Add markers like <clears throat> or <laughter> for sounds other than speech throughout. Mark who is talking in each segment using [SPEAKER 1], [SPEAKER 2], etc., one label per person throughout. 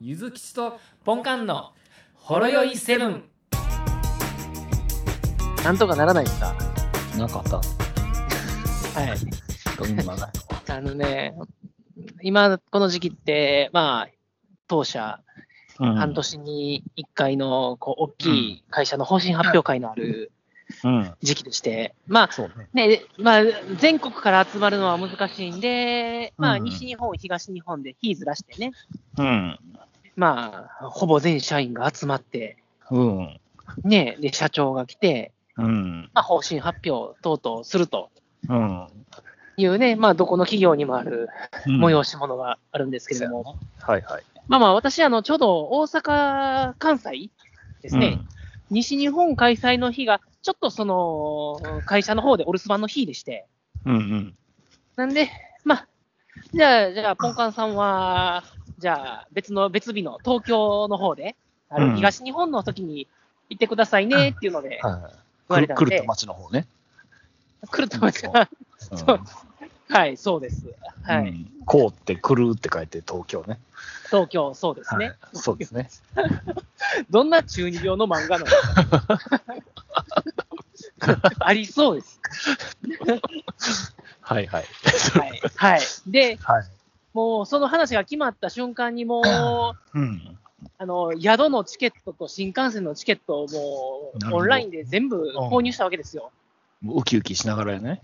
[SPEAKER 1] ゆずきちとポンカンのほろよいセブン。
[SPEAKER 2] なんとかならないんだ。
[SPEAKER 3] なかった。
[SPEAKER 2] はい。
[SPEAKER 3] どんなな
[SPEAKER 2] あのね、今、この時期って、まあ、当社、
[SPEAKER 3] うん
[SPEAKER 2] 半年に1回の、こう、大きい会社の方針発表会のある
[SPEAKER 3] うん。
[SPEAKER 2] 時期でして、まあ、
[SPEAKER 3] そうね。
[SPEAKER 2] ね、まあ、全国から集まるのは難しいんで、まあ、
[SPEAKER 3] うん
[SPEAKER 2] 西日本、東日本で火ずらしてね、
[SPEAKER 3] うん。
[SPEAKER 2] まあ、ほぼ全社員が集まって、
[SPEAKER 3] うん。
[SPEAKER 2] ね、で、社長が来て、
[SPEAKER 3] うん。
[SPEAKER 2] まあ、方針発表等々すると
[SPEAKER 3] うん。
[SPEAKER 2] いうね、まあ、どこの企業にもある催
[SPEAKER 3] し
[SPEAKER 2] し物があるんですけれども、
[SPEAKER 3] はいはい。
[SPEAKER 2] まあまあ、私、あの、ちょうど大阪、関西ですね、西日本開催の日が、ちょっとその、会社の方でお留守番の日でして、
[SPEAKER 3] うん。うん
[SPEAKER 2] なんで、まあ、じゃあ、じゃあ、ポンカンさんは、じゃあ、別の、別日の東京の方で、あ
[SPEAKER 3] う
[SPEAKER 2] の
[SPEAKER 3] ん
[SPEAKER 2] 東日本の時に行ってくださいねっていうので
[SPEAKER 3] うん。、はい
[SPEAKER 2] 言わ
[SPEAKER 3] は
[SPEAKER 2] れ
[SPEAKER 3] い。
[SPEAKER 2] たん
[SPEAKER 3] く
[SPEAKER 2] で
[SPEAKER 3] るっと町の方ね。
[SPEAKER 2] 来ると思い <laughs> ます。
[SPEAKER 3] うん
[SPEAKER 2] そうはい、そうです。はい、
[SPEAKER 3] うんこうってくるって書いて東京ね。
[SPEAKER 2] 東京、そうですね。
[SPEAKER 3] はいそうですね。
[SPEAKER 2] どんな中二病の
[SPEAKER 3] <laughs>
[SPEAKER 2] 漫画なのありそうです。
[SPEAKER 3] はいはい。
[SPEAKER 2] はい。はい。で、
[SPEAKER 3] はい。
[SPEAKER 2] もうその話が決まった瞬間に
[SPEAKER 3] <laughs>
[SPEAKER 2] もう、
[SPEAKER 3] うん。
[SPEAKER 2] あの、宿のチケットと新幹線のチケットをも
[SPEAKER 3] なるほ
[SPEAKER 2] う、
[SPEAKER 3] ど
[SPEAKER 2] オンラインで全部購入したわけですよ。
[SPEAKER 3] もうウキウキしながらや <laughs> ね。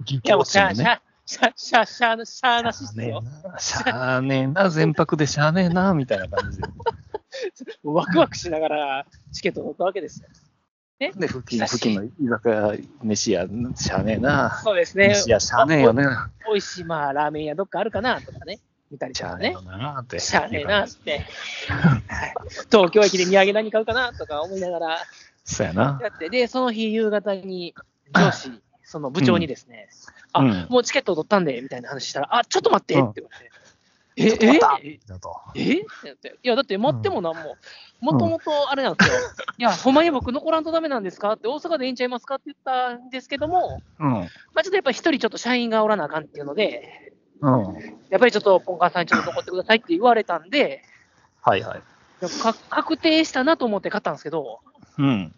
[SPEAKER 3] ウキウ
[SPEAKER 2] い
[SPEAKER 3] キ
[SPEAKER 2] や、もう、
[SPEAKER 3] 落ち
[SPEAKER 2] し
[SPEAKER 3] て
[SPEAKER 2] ゃあ、
[SPEAKER 3] る
[SPEAKER 2] し
[SPEAKER 3] ね。
[SPEAKER 2] ゃあ、しゃあ、しゃあ、しゃあ、しゃあなしっ
[SPEAKER 3] しゃあ
[SPEAKER 2] す
[SPEAKER 3] ね
[SPEAKER 2] よ。
[SPEAKER 3] えな、しゃあねえな、全泊でしゃあねえな、みたいな感じで。
[SPEAKER 2] もうワクワクしながらチケットを取ったわけですよ。
[SPEAKER 3] で、付近、付近の居酒屋、飯屋、しゃあねえな。
[SPEAKER 2] そうですね。
[SPEAKER 3] 飯屋、しゃあねえよね。
[SPEAKER 2] 美味しい、まあ、ラーメン屋どっかあるかなとかね。見たりと
[SPEAKER 3] しゃ
[SPEAKER 2] か
[SPEAKER 3] あねえ
[SPEAKER 2] ね
[SPEAKER 3] よ。なって。
[SPEAKER 2] しゃあねえなっ。つって、はい東京駅で土産何買うかなとか思いながら
[SPEAKER 3] そうやな。
[SPEAKER 2] やって、で、その日夕方に
[SPEAKER 3] <laughs>
[SPEAKER 2] 上司、その部長にですね、あ、
[SPEAKER 3] うん
[SPEAKER 2] もうチケット取ったんで、みたいな話したら、あ、ちょっと待ってって言われて、
[SPEAKER 3] うんち
[SPEAKER 2] え
[SPEAKER 3] ょっと待、
[SPEAKER 2] え、
[SPEAKER 3] だと。
[SPEAKER 2] ええってなって、いや、だって待ってもなんも、もともとあれなんですよ、いや、ほんまに僕残らんとダメなんですかって、大阪でいいんちゃいますかって言ったんですけども、
[SPEAKER 3] うん。
[SPEAKER 2] まあ、ちょっとやっぱり一人ちょっと社員がおらなあかんっていうので、
[SPEAKER 3] うん。
[SPEAKER 2] やっぱりちょっとポンカンさんにちょっと残ってくださいって言われたんで、
[SPEAKER 3] はいはい。
[SPEAKER 2] いやか確定したなと思って買ったんですけど、
[SPEAKER 3] うん。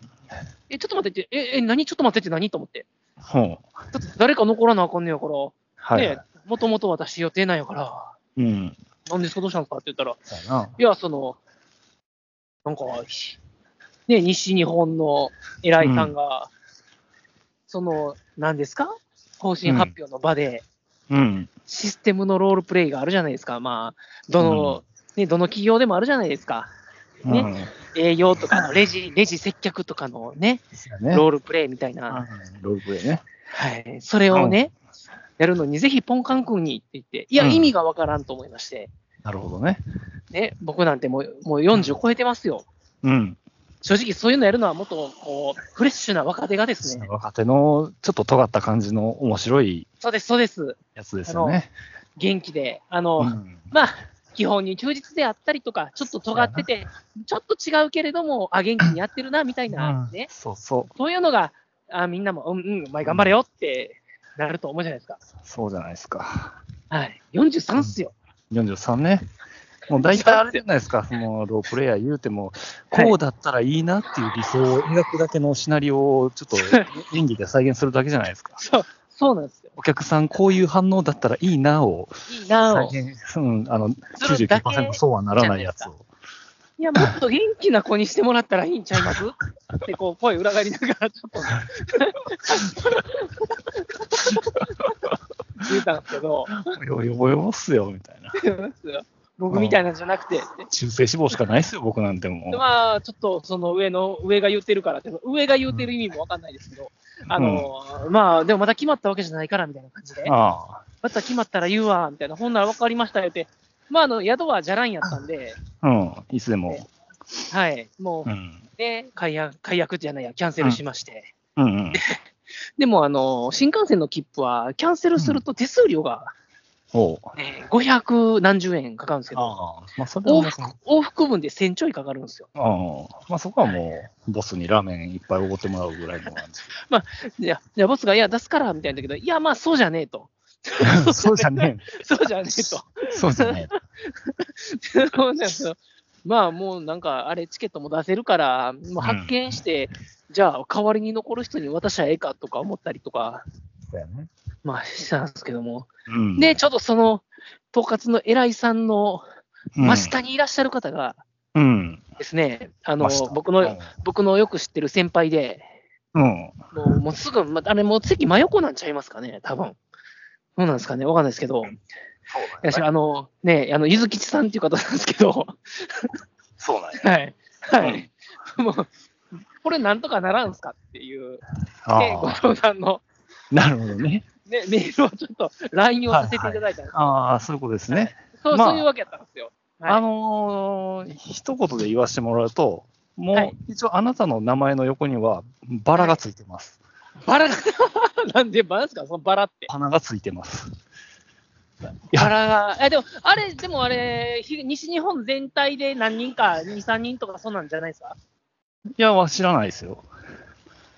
[SPEAKER 2] え、ちょっと待ってって、え、え、何ちょっと待ってって何と思って。
[SPEAKER 3] ほう。
[SPEAKER 2] だって誰か残らなあかんねやから、
[SPEAKER 3] はいは
[SPEAKER 2] ね
[SPEAKER 3] い。、
[SPEAKER 2] もともと私予定なんやから、
[SPEAKER 3] うん。
[SPEAKER 2] なんですかどうしたんですかって言ったら、
[SPEAKER 3] そうやな。
[SPEAKER 2] いや、その、なんか、ね、西日本の偉いさんが、その、何ですか方針発表の場で、
[SPEAKER 3] うん。
[SPEAKER 2] システムのロールプレイがあるじゃないですか。まあ、どの、ね、どの企業でもあるじゃないですか。ね
[SPEAKER 3] うん。
[SPEAKER 2] 営業とかのレジ、レジ接客とかのね、
[SPEAKER 3] そうやね。
[SPEAKER 2] ロールプレイみたいな。
[SPEAKER 3] うんロールプレイね。
[SPEAKER 2] はい、それをね、やるのに、ぜひポンカン君にって言って、いや、
[SPEAKER 3] うん
[SPEAKER 2] 意味がわからんと思いまして、
[SPEAKER 3] なるほどね。
[SPEAKER 2] ね、僕なんてもうもう40超えてますよ。
[SPEAKER 3] うん。
[SPEAKER 2] 正直、そういうのやるのはもっとこうフレッシュな若手がですね、
[SPEAKER 3] 若手のちょっと尖った感じの面白い
[SPEAKER 2] そうです、そうです、
[SPEAKER 3] やつですよね。
[SPEAKER 2] 元気で、あの、
[SPEAKER 3] うん
[SPEAKER 2] まあ、基本に休日であったりとか、ちょっと尖ってて、ちょっと違うけれども、あ、元気にやってるな、みたいな、
[SPEAKER 3] うん
[SPEAKER 2] ね、
[SPEAKER 3] そうそう。
[SPEAKER 2] そういうのが、あみんなも、うん、うん、お前頑張れよってなると思うじゃないですか。
[SPEAKER 3] そうじゃないですか。
[SPEAKER 2] はい、43っすよ。
[SPEAKER 3] 43ね。もう大体あれじゃないです
[SPEAKER 2] <laughs>
[SPEAKER 3] か。そのロープレイヤー言うても、
[SPEAKER 2] はい
[SPEAKER 3] こうだったらいいなっていう理想を描くだけのシナリオをちょっ
[SPEAKER 2] <laughs>
[SPEAKER 3] と演技で再現するだけじゃないですか。
[SPEAKER 2] そう、そうなんですよ。
[SPEAKER 3] お客さん、こういう反応だったらいいなを、
[SPEAKER 2] いいな
[SPEAKER 3] 再
[SPEAKER 2] ぁ。
[SPEAKER 3] 現うん、あの
[SPEAKER 2] するだけ
[SPEAKER 3] 99%そうはならないやつを。
[SPEAKER 2] いや、もっと元気な子にしてもらったらいいんちゃいます
[SPEAKER 3] <laughs>
[SPEAKER 2] ってこう、声裏返りながら、ちょっと。言うたんですけど、
[SPEAKER 3] よよぼよぼっすよ、みたいな。
[SPEAKER 2] 僕みたいなんじゃなくてって、
[SPEAKER 3] 中性脂肪しかないっすよ、僕なんて
[SPEAKER 2] <laughs>
[SPEAKER 3] もう。
[SPEAKER 2] まあ、ちょっとその上の、上が言ってるからって、上が言ってる意味もわかんないですけど、あの、まあ、でもまだ決まったわけじゃないからみたいな感じで、
[SPEAKER 3] あ
[SPEAKER 2] また決まったら言うわ、みたいな、ほんならわかりましたよって、まあ、あの、宿はじゃらんやったんで、
[SPEAKER 3] あ、うん、いつでも。
[SPEAKER 2] はい、も
[SPEAKER 3] う
[SPEAKER 2] う、
[SPEAKER 3] ん、
[SPEAKER 2] ね、解約、解約じゃないや、キャンセルしまして、
[SPEAKER 3] うん、うん。
[SPEAKER 2] でも、あの、新幹線の切符はキャンセルすると手数料が、 <laughs>
[SPEAKER 3] おう。
[SPEAKER 2] えー500何十円かかるんですけど、
[SPEAKER 3] ああ、まあ、それは
[SPEAKER 2] 往
[SPEAKER 3] もうそ
[SPEAKER 2] 復
[SPEAKER 3] の
[SPEAKER 2] 往復分で1000ちょいかかるんですよ。
[SPEAKER 3] ああまあそこはもう、ボスにラーメンいっぱいおごってもらうぐらいのなんです
[SPEAKER 2] いや、いやボスが、いや、出すからみたいなんだけど、いや、まあそうじゃねえと。
[SPEAKER 3] <laughs>
[SPEAKER 2] <laughs>
[SPEAKER 3] そうじゃね
[SPEAKER 2] そうじゃね
[SPEAKER 3] <laughs>
[SPEAKER 2] え
[SPEAKER 3] え。そうじゃね
[SPEAKER 2] と。そうなんですよまあもうなんか、あれ、チケットも出せるから、もう発見して、じゃあ代わりに残る人に渡しゃええかとか思ったりとか、
[SPEAKER 3] え。
[SPEAKER 2] まあしたんですけども。
[SPEAKER 3] うん
[SPEAKER 2] で、、ちょっとその、統括の偉いさんの
[SPEAKER 3] うん
[SPEAKER 2] 真下にいらっしゃる方が
[SPEAKER 3] うん。
[SPEAKER 2] ですね、あの
[SPEAKER 3] 真下、
[SPEAKER 2] 僕の、僕のよく知ってる先輩で、
[SPEAKER 3] うん。
[SPEAKER 2] もうもうすぐ、まあれもう席真横なんちゃいますかね、多分そうなんですかね、わかんないですけど、いやあの、ね、あの、ゆずきちさんっていう方なんですけど、
[SPEAKER 3] そうなんや。
[SPEAKER 2] はい。はい。もう、これなんとかならんすかっていう、ね、ご
[SPEAKER 3] ああ、
[SPEAKER 2] 相談の、
[SPEAKER 3] なるほどね。
[SPEAKER 2] ね、メールをちょっと LINE をさせていただいたんです、
[SPEAKER 3] ああ、そういうことですね。
[SPEAKER 2] そう
[SPEAKER 3] まあ
[SPEAKER 2] そういうわけだったんですよ。はい
[SPEAKER 3] あのー一言で言わせてもらうと、もう、
[SPEAKER 2] はい
[SPEAKER 3] 一応あなたの名前の横にはバラがついてます。
[SPEAKER 2] バラが、なんでバラですかそのバラって。
[SPEAKER 3] 花がついてます。や
[SPEAKER 2] バラが、え、でも、あれ、でもあれ、ひ西日本全体で何人か、2、3人とかそうなんじゃないですか
[SPEAKER 3] いや、わ知らないですよ。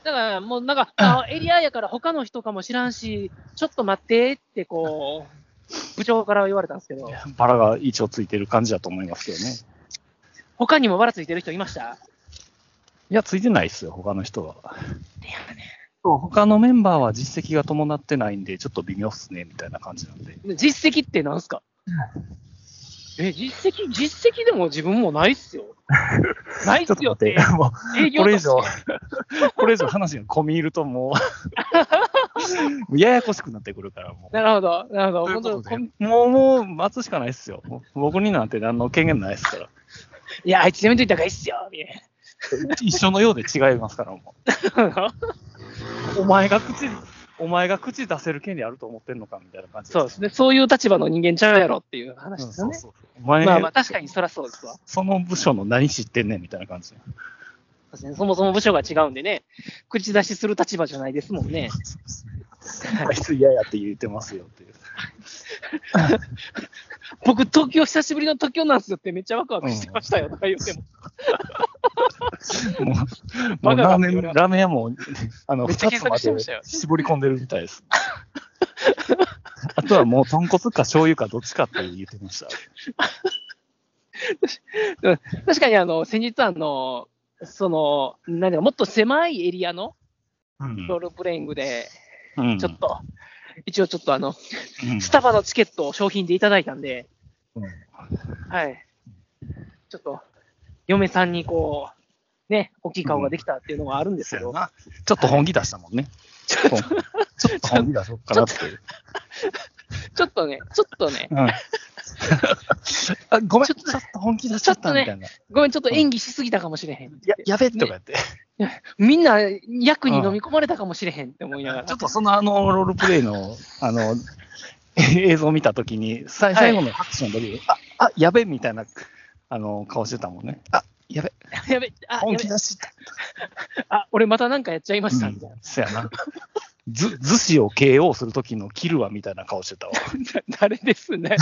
[SPEAKER 2] だから、もうなん <clears throat> か、あエリアやから他の人かも知らんし、ちょっと待ってって、こう、部長から言われたんですけど、
[SPEAKER 3] バラが一応ついてる感じだと思いますけどね。
[SPEAKER 2] 他にもバラついてる人いました
[SPEAKER 3] いや、ついてないですよ、他の人は。そう他のメンバーは実績が伴ってないんで、ちょっと微妙っすね、みたいな感じなんで。
[SPEAKER 2] 実績ってなんすかえ、実績、実績でも自分もないっす <laughs> よ。ないっすよって
[SPEAKER 3] ちょっと待っ、て、もう
[SPEAKER 2] 営業
[SPEAKER 3] ことれ以
[SPEAKER 2] して
[SPEAKER 3] 上、これ以上話が込み入るともうも
[SPEAKER 2] <laughs>
[SPEAKER 3] う、ややこしくなってくるから、もう。
[SPEAKER 2] なるほど、なるほ
[SPEAKER 3] とい
[SPEAKER 2] ど。
[SPEAKER 3] う
[SPEAKER 2] 本
[SPEAKER 3] こと
[SPEAKER 2] 当
[SPEAKER 3] で
[SPEAKER 2] こんい
[SPEAKER 3] もう、もう、待つしかないっすよ。もう僕になんて何の権限ないっすから。
[SPEAKER 2] や、あいつやめといた方がいいっすよ、みたい
[SPEAKER 3] 一緒のようで違いますから、も
[SPEAKER 2] な。
[SPEAKER 3] う。お前が口、お前が口出せる権利あると思ってんのか、みたいな感じ
[SPEAKER 2] <laughs> そうですね。そういう立場の人間ちゃうやろっていう話
[SPEAKER 3] うん
[SPEAKER 2] です
[SPEAKER 3] そ
[SPEAKER 2] よ
[SPEAKER 3] う
[SPEAKER 2] ね。
[SPEAKER 3] そうそうお前、
[SPEAKER 2] まあまあ、確かにそらそうですわ。
[SPEAKER 3] その部署の何知ってんねんみたいな感じ。
[SPEAKER 2] そうですねそもそも部署が違うんでね、口出しする立場じゃないですもんね。
[SPEAKER 3] <laughs> あいつ嫌やって言ってますよっていう。
[SPEAKER 2] 僕、東京、久しぶりの東京なんですよってめっちゃワクワクしてましたよとか言っても、
[SPEAKER 3] もうも
[SPEAKER 2] バ
[SPEAKER 3] う
[SPEAKER 2] カが
[SPEAKER 3] ラーメン、ラーメン屋も、あの、
[SPEAKER 2] めっちゃ
[SPEAKER 3] 2
[SPEAKER 2] 検
[SPEAKER 3] つま
[SPEAKER 2] 索
[SPEAKER 3] で
[SPEAKER 2] してましたよ
[SPEAKER 3] 絞り込んでるみたいです。あとはもう、豚骨か醤油かどっちかって言ってました。
[SPEAKER 2] 確かにあの、先日あの、その、何だか、もっと狭いエリアの
[SPEAKER 3] うん
[SPEAKER 2] ロールプレイングで、
[SPEAKER 3] うん
[SPEAKER 2] ちょっと、一応ちょっとあの、
[SPEAKER 3] うん
[SPEAKER 2] スタバのチケットを商品でいただいたんで、
[SPEAKER 3] うん
[SPEAKER 2] はい。ちょっと、嫁さんにこう、ね、大きい顔ができたっていうのがあるんです
[SPEAKER 3] そう
[SPEAKER 2] け
[SPEAKER 3] や
[SPEAKER 2] ど、
[SPEAKER 3] なちょっと本気出したもんね。
[SPEAKER 2] ち
[SPEAKER 3] ちょっと本気出そうかなっていう。
[SPEAKER 2] ちょっとね、ちょっとね、
[SPEAKER 3] うんあごめん、ちょっと本気出しちゃったみたいな。
[SPEAKER 2] ごめん、ちょっと演技しすぎたかもしれへん。
[SPEAKER 3] ややべえとかやって。
[SPEAKER 2] みんな、役に飲み込まれたかもしれへんって思いながら。
[SPEAKER 3] ちょっとそのあのロールプレイ
[SPEAKER 2] <laughs>
[SPEAKER 3] のあの映像を見たときに、さい最後の拍手の時に、ああやべみたいなあの顔してたもんね。あやべ、
[SPEAKER 2] やべ、あ、
[SPEAKER 3] 本
[SPEAKER 2] や
[SPEAKER 3] 気
[SPEAKER 2] べ
[SPEAKER 3] 出した。
[SPEAKER 2] あ俺またなんかやっちゃいましたみたいな。
[SPEAKER 3] そやな。ずずしを KO する時のキルはみたいな顔して
[SPEAKER 2] <laughs>
[SPEAKER 3] たわ。
[SPEAKER 2] 誰ですね。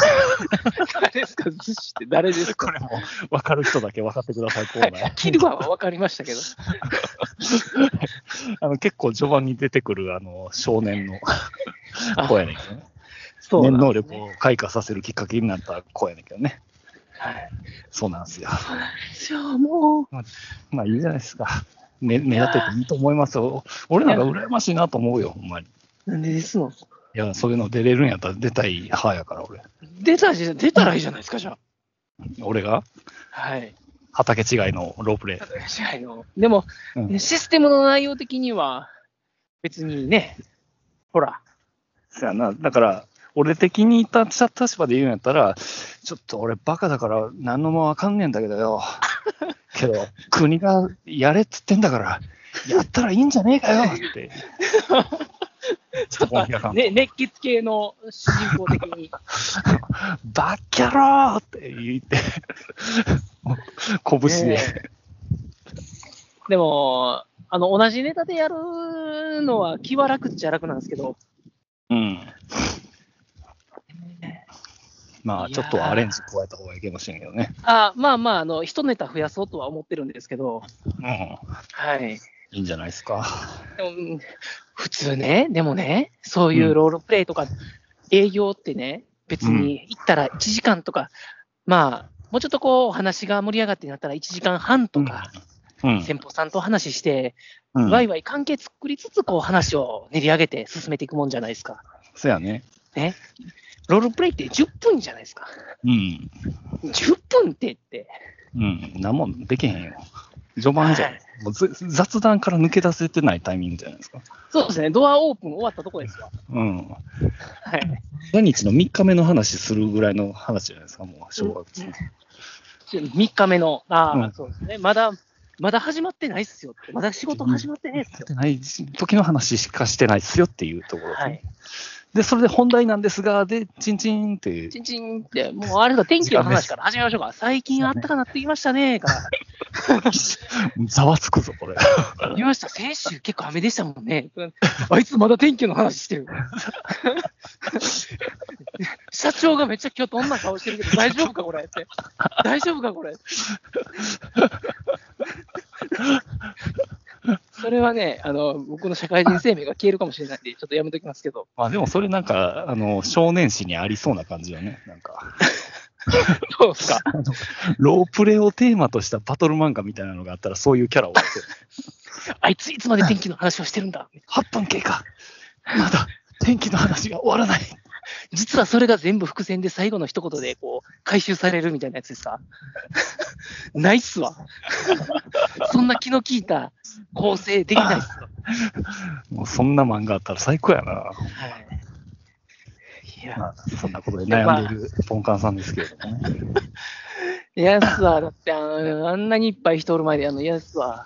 [SPEAKER 2] 誰ですか、寿司って誰です
[SPEAKER 3] こ
[SPEAKER 2] か。
[SPEAKER 3] れも分かる人だけ分かってください、コーナー。
[SPEAKER 2] キルアは分かりましたけど、
[SPEAKER 3] あの結構序盤に出てくるあの少年の
[SPEAKER 2] <laughs> あ
[SPEAKER 3] 声やねんけどね。
[SPEAKER 2] そうなん
[SPEAKER 3] 念
[SPEAKER 2] で
[SPEAKER 3] 能
[SPEAKER 2] す
[SPEAKER 3] 力を開花させるきっかけになった声やねんけどね。
[SPEAKER 2] はい
[SPEAKER 3] そうなんですよ。
[SPEAKER 2] そうもう、
[SPEAKER 3] まあいいじゃないですか。 <laughs> 目目立ってていいと思いますよ。俺なんか羨ましいなと思うよ、ほんまに。
[SPEAKER 2] なんでですの
[SPEAKER 3] いや、そういうの出れるんやったら出たい派やから、俺。
[SPEAKER 2] 出たじゃ出たらいいじゃないですか、じゃ
[SPEAKER 3] 俺が
[SPEAKER 2] あ。はい。
[SPEAKER 3] 畑違いのロープレ
[SPEAKER 2] 支配の。でも、
[SPEAKER 3] イ。うん。
[SPEAKER 2] システムの内容的には、別にね、ほら、
[SPEAKER 3] そやな。だから、俺的に立った立場で言うんやったら、ちょっと俺バカだから何のもわかんねえんだけど <laughs> よ。けど、国がやれっつってんだから、やったらいいんじゃねえかよ <laughs> って。
[SPEAKER 2] ちょっ
[SPEAKER 3] 本気だから
[SPEAKER 2] と、ね、熱血系の主人公的に、
[SPEAKER 3] バッキャローって言って、拳で。
[SPEAKER 2] ねでも、あの、同じネタでやるのは気は楽っちゃ楽なんですけど、
[SPEAKER 3] うん。まあ、
[SPEAKER 2] いや
[SPEAKER 3] ち
[SPEAKER 2] ー
[SPEAKER 3] ょっとアレンジ加えた方がいいかもしれんけどね。
[SPEAKER 2] あまあまあ、あの、一ネタ増やそうとは思ってるんですけど、
[SPEAKER 3] うん。
[SPEAKER 2] はい。
[SPEAKER 3] いいんじゃないですか。
[SPEAKER 2] でもうん普通ね、でもね、そういうロールプレイとか、営業ってね、別に行ったら1時間とか、まあ、もうちょっとこう、お話が盛り上がってなったら1時間半とか、
[SPEAKER 3] うん
[SPEAKER 2] 先方さんと話して、
[SPEAKER 3] うん
[SPEAKER 2] ワイワイ関係作りつつ、こう、話を練り上げて進めていくもんじゃないですか。
[SPEAKER 3] そやね。
[SPEAKER 2] ロールプレイって10分じゃないですか。
[SPEAKER 3] うん。
[SPEAKER 2] 10分ってって。
[SPEAKER 3] うん。なんもできへんよ。序盤じゃん
[SPEAKER 2] はい。
[SPEAKER 3] もうず雑談から抜け出せてないタイミングじゃないですか。
[SPEAKER 2] そうですね、ドアオープン終わったとこですよ。
[SPEAKER 3] うん。
[SPEAKER 2] はい。
[SPEAKER 3] 何日の3日目の話するぐらいの話じゃないですか、もう正月の。
[SPEAKER 2] 3日目の、ああ、
[SPEAKER 3] うん
[SPEAKER 2] そうですね、まだ、まだ始まってないっすよって。まだ仕事始まってないっす
[SPEAKER 3] やっ
[SPEAKER 2] よ。
[SPEAKER 3] てない時の話しかしてないっすよっていうところですね、
[SPEAKER 2] はい。
[SPEAKER 3] で、それで本題なんですが、で、チンチンって、
[SPEAKER 2] ちんちんって、もうあれだ、天気の話から始めましょうか。最近あったかなって言いましたね、から。
[SPEAKER 3] ざわつくぞ、これ。
[SPEAKER 2] 見ました、先週結構雨でしたもんね。あいつまだ天気の話してる。社長がめっちゃ今日どんな顔してるけど、大丈夫か、これって。大丈夫か、これ。それはね、あの僕の社会人生命が消えるかもしれないんで、ちょっとやめときますけど、
[SPEAKER 3] まあでもそれなんか、あの、少年誌にありそうな感じよね。なんか、
[SPEAKER 2] どうですか
[SPEAKER 3] <laughs> ロープレをテーマとしたバトル漫画みたいなのがあったら、そういうキャラを。
[SPEAKER 2] あいついつまで天気の話をしてるんだ。
[SPEAKER 3] 8分経過まだ天気の話が終わらない
[SPEAKER 2] 実はそれが全部伏線で最後の一言でこう回収されるみたいなやつですか <laughs> ないっすわ。 <laughs> そんな気の利いた構成できないっすわ。
[SPEAKER 3] もうそんな漫画あったら最高やな。
[SPEAKER 2] はい、いや、
[SPEAKER 3] まあ、そんなことで悩んでいるポンカンさんですけれどもね。
[SPEAKER 2] いやっすわ。だってあのあんなにいっぱい人おる前でやるの嫌っすわ。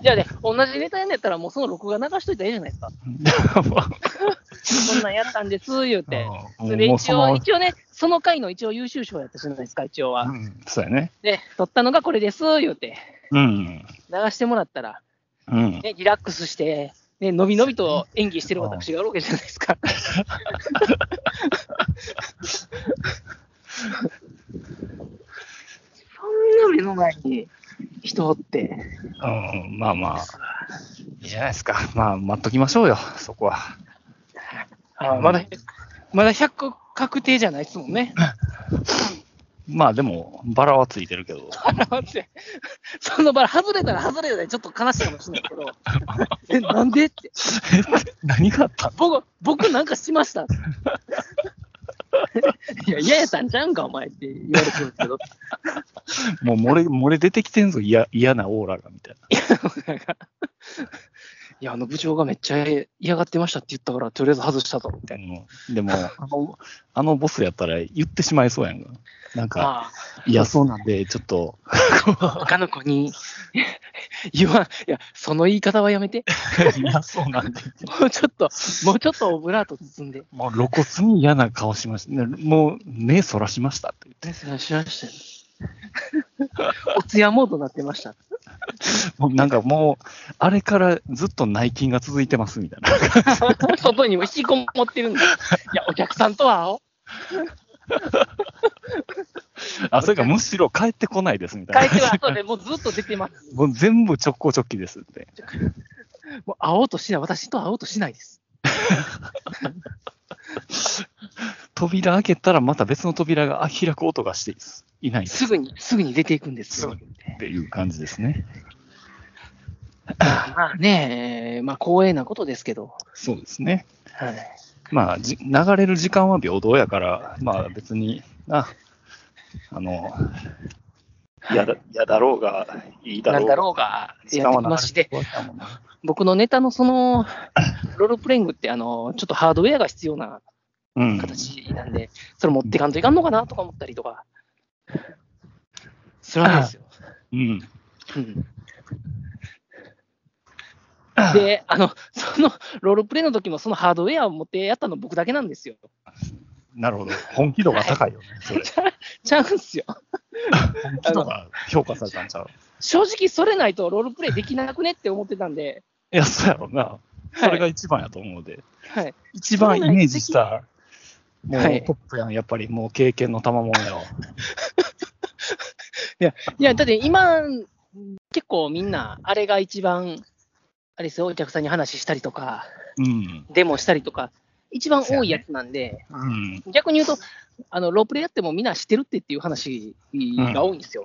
[SPEAKER 2] じゃあね、同じネタやんやったらもうその録画流しといたらいいじゃないですか。
[SPEAKER 3] <laughs>
[SPEAKER 2] そんなんやったんです、言うて。それで
[SPEAKER 3] もう
[SPEAKER 2] 一
[SPEAKER 3] その
[SPEAKER 2] 応、一応ね、その回の一応優秀賞やったじゃないですか、一応
[SPEAKER 3] う
[SPEAKER 2] は。
[SPEAKER 3] ん、そうやね。
[SPEAKER 2] で、取ったのがこれです、言うて。
[SPEAKER 3] うん。
[SPEAKER 2] 流してもらったら、
[SPEAKER 3] うん。
[SPEAKER 2] ね、リラックスして、ね、のびのびと演技してる私があるわけじゃないですか。そんな目の前に人おって、
[SPEAKER 3] うん、まあまあ、いいじゃないですか。まあ、待っときましょうよ、そこは。
[SPEAKER 2] あまだ、まだ100個確定じゃないですもんね。
[SPEAKER 3] まあ、でも、バラはついてるけど。
[SPEAKER 2] 待ってその場合、外れたら外れたでちょっと悲しいかもしれないけど、え、なんでって、
[SPEAKER 3] <laughs> 何があった
[SPEAKER 2] 僕、僕なんかしま <laughs> した。いや、嫌やったんちゃうんか、お前って言われてるんですけど。
[SPEAKER 3] もう漏れ、漏れ出てきてんぞ、嫌嫌なオーラが、みたい
[SPEAKER 2] いや、あの部長がめっちゃ嫌がってましたって言ったから、とりあえず外したぞ、みたいな。
[SPEAKER 3] な。うんでも、あの、あのボスやったら言ってしまいそうやんか。なんか、
[SPEAKER 2] ま
[SPEAKER 3] いや、そうなんで、ちょっと、
[SPEAKER 2] あ、他の子に言わん、いや、その言い方はやめて、
[SPEAKER 3] <laughs>
[SPEAKER 2] <laughs>
[SPEAKER 3] いや、そうなんで。
[SPEAKER 2] もうちょっと、もうちょっとオブラート包んで。
[SPEAKER 3] もう露骨に嫌な顔しました。ねもう目そらしましたって言って。
[SPEAKER 2] しましたよ。おつやモードになってました。
[SPEAKER 3] もうなんかもう、あれからずっと内勤が続いてますみたいな。
[SPEAKER 2] <laughs> 外にも引きこもってるんだ。いや、お客さんとは <laughs> 会おう
[SPEAKER 3] あ、それかむしろ帰ってこないですみた
[SPEAKER 2] 帰
[SPEAKER 3] い
[SPEAKER 2] っては後でもうずっと出てます。
[SPEAKER 3] な。もう全部直行直帰ですって。
[SPEAKER 2] もう会おうとしない、私と会おうとしないです。
[SPEAKER 3] 扉開けたらまた別の扉があ開く音がしていないです
[SPEAKER 2] すぐに、すぐに出ていくんですよ。
[SPEAKER 3] っていう感じですね。
[SPEAKER 2] まあねえ、まあ光栄なことですけど。
[SPEAKER 3] そうですね。
[SPEAKER 2] はい
[SPEAKER 3] まあ、じ流れる時間は平等やから、まあ別に、あ、あの、嫌だ嫌だろうが、いいだ
[SPEAKER 2] な
[SPEAKER 3] ろ
[SPEAKER 2] ん
[SPEAKER 3] う
[SPEAKER 2] だ
[SPEAKER 3] が。
[SPEAKER 2] ろうが、
[SPEAKER 3] 時
[SPEAKER 2] やっ
[SPEAKER 3] 間
[SPEAKER 2] て
[SPEAKER 3] は
[SPEAKER 2] きま
[SPEAKER 3] 流
[SPEAKER 2] し
[SPEAKER 3] れ
[SPEAKER 2] て
[SPEAKER 3] て、こうやもんな
[SPEAKER 2] 僕のネタのその、ロールプレイングって、あの、ちょっとハードウェアが必要な
[SPEAKER 3] うん、
[SPEAKER 2] 形なんで、それ持っていかんといかんのかなとか思ったりとか、するわけですよ。
[SPEAKER 3] うん。
[SPEAKER 2] うんで、あの、そのロールプレイの時も、そのハードウェアを持ってやったの僕だけなんですよ。
[SPEAKER 3] なるほど。本気度が高いよね。それ
[SPEAKER 2] ちゃうんすよ。
[SPEAKER 3] 本気度が評価されたんちゃう
[SPEAKER 2] 正直、それないとロールプレイできなくねって思ってたんで、
[SPEAKER 3] いや、そうやろな。
[SPEAKER 2] はい
[SPEAKER 3] それが一番やと思うで。
[SPEAKER 2] はい。
[SPEAKER 3] 一番イメージした、もう
[SPEAKER 2] はい
[SPEAKER 3] トップやん、やっぱりもう経験の賜物やわ。
[SPEAKER 2] いや、だって今、結構みんな、あれが一番、あれですよ、お客さんに話したりとか、
[SPEAKER 3] うん。
[SPEAKER 2] デモしたりとか一番多いやつなんで、
[SPEAKER 3] うん。
[SPEAKER 2] 逆に言うと、あのロープレイやってもみんな知ってるってっていう話が多いんですよ。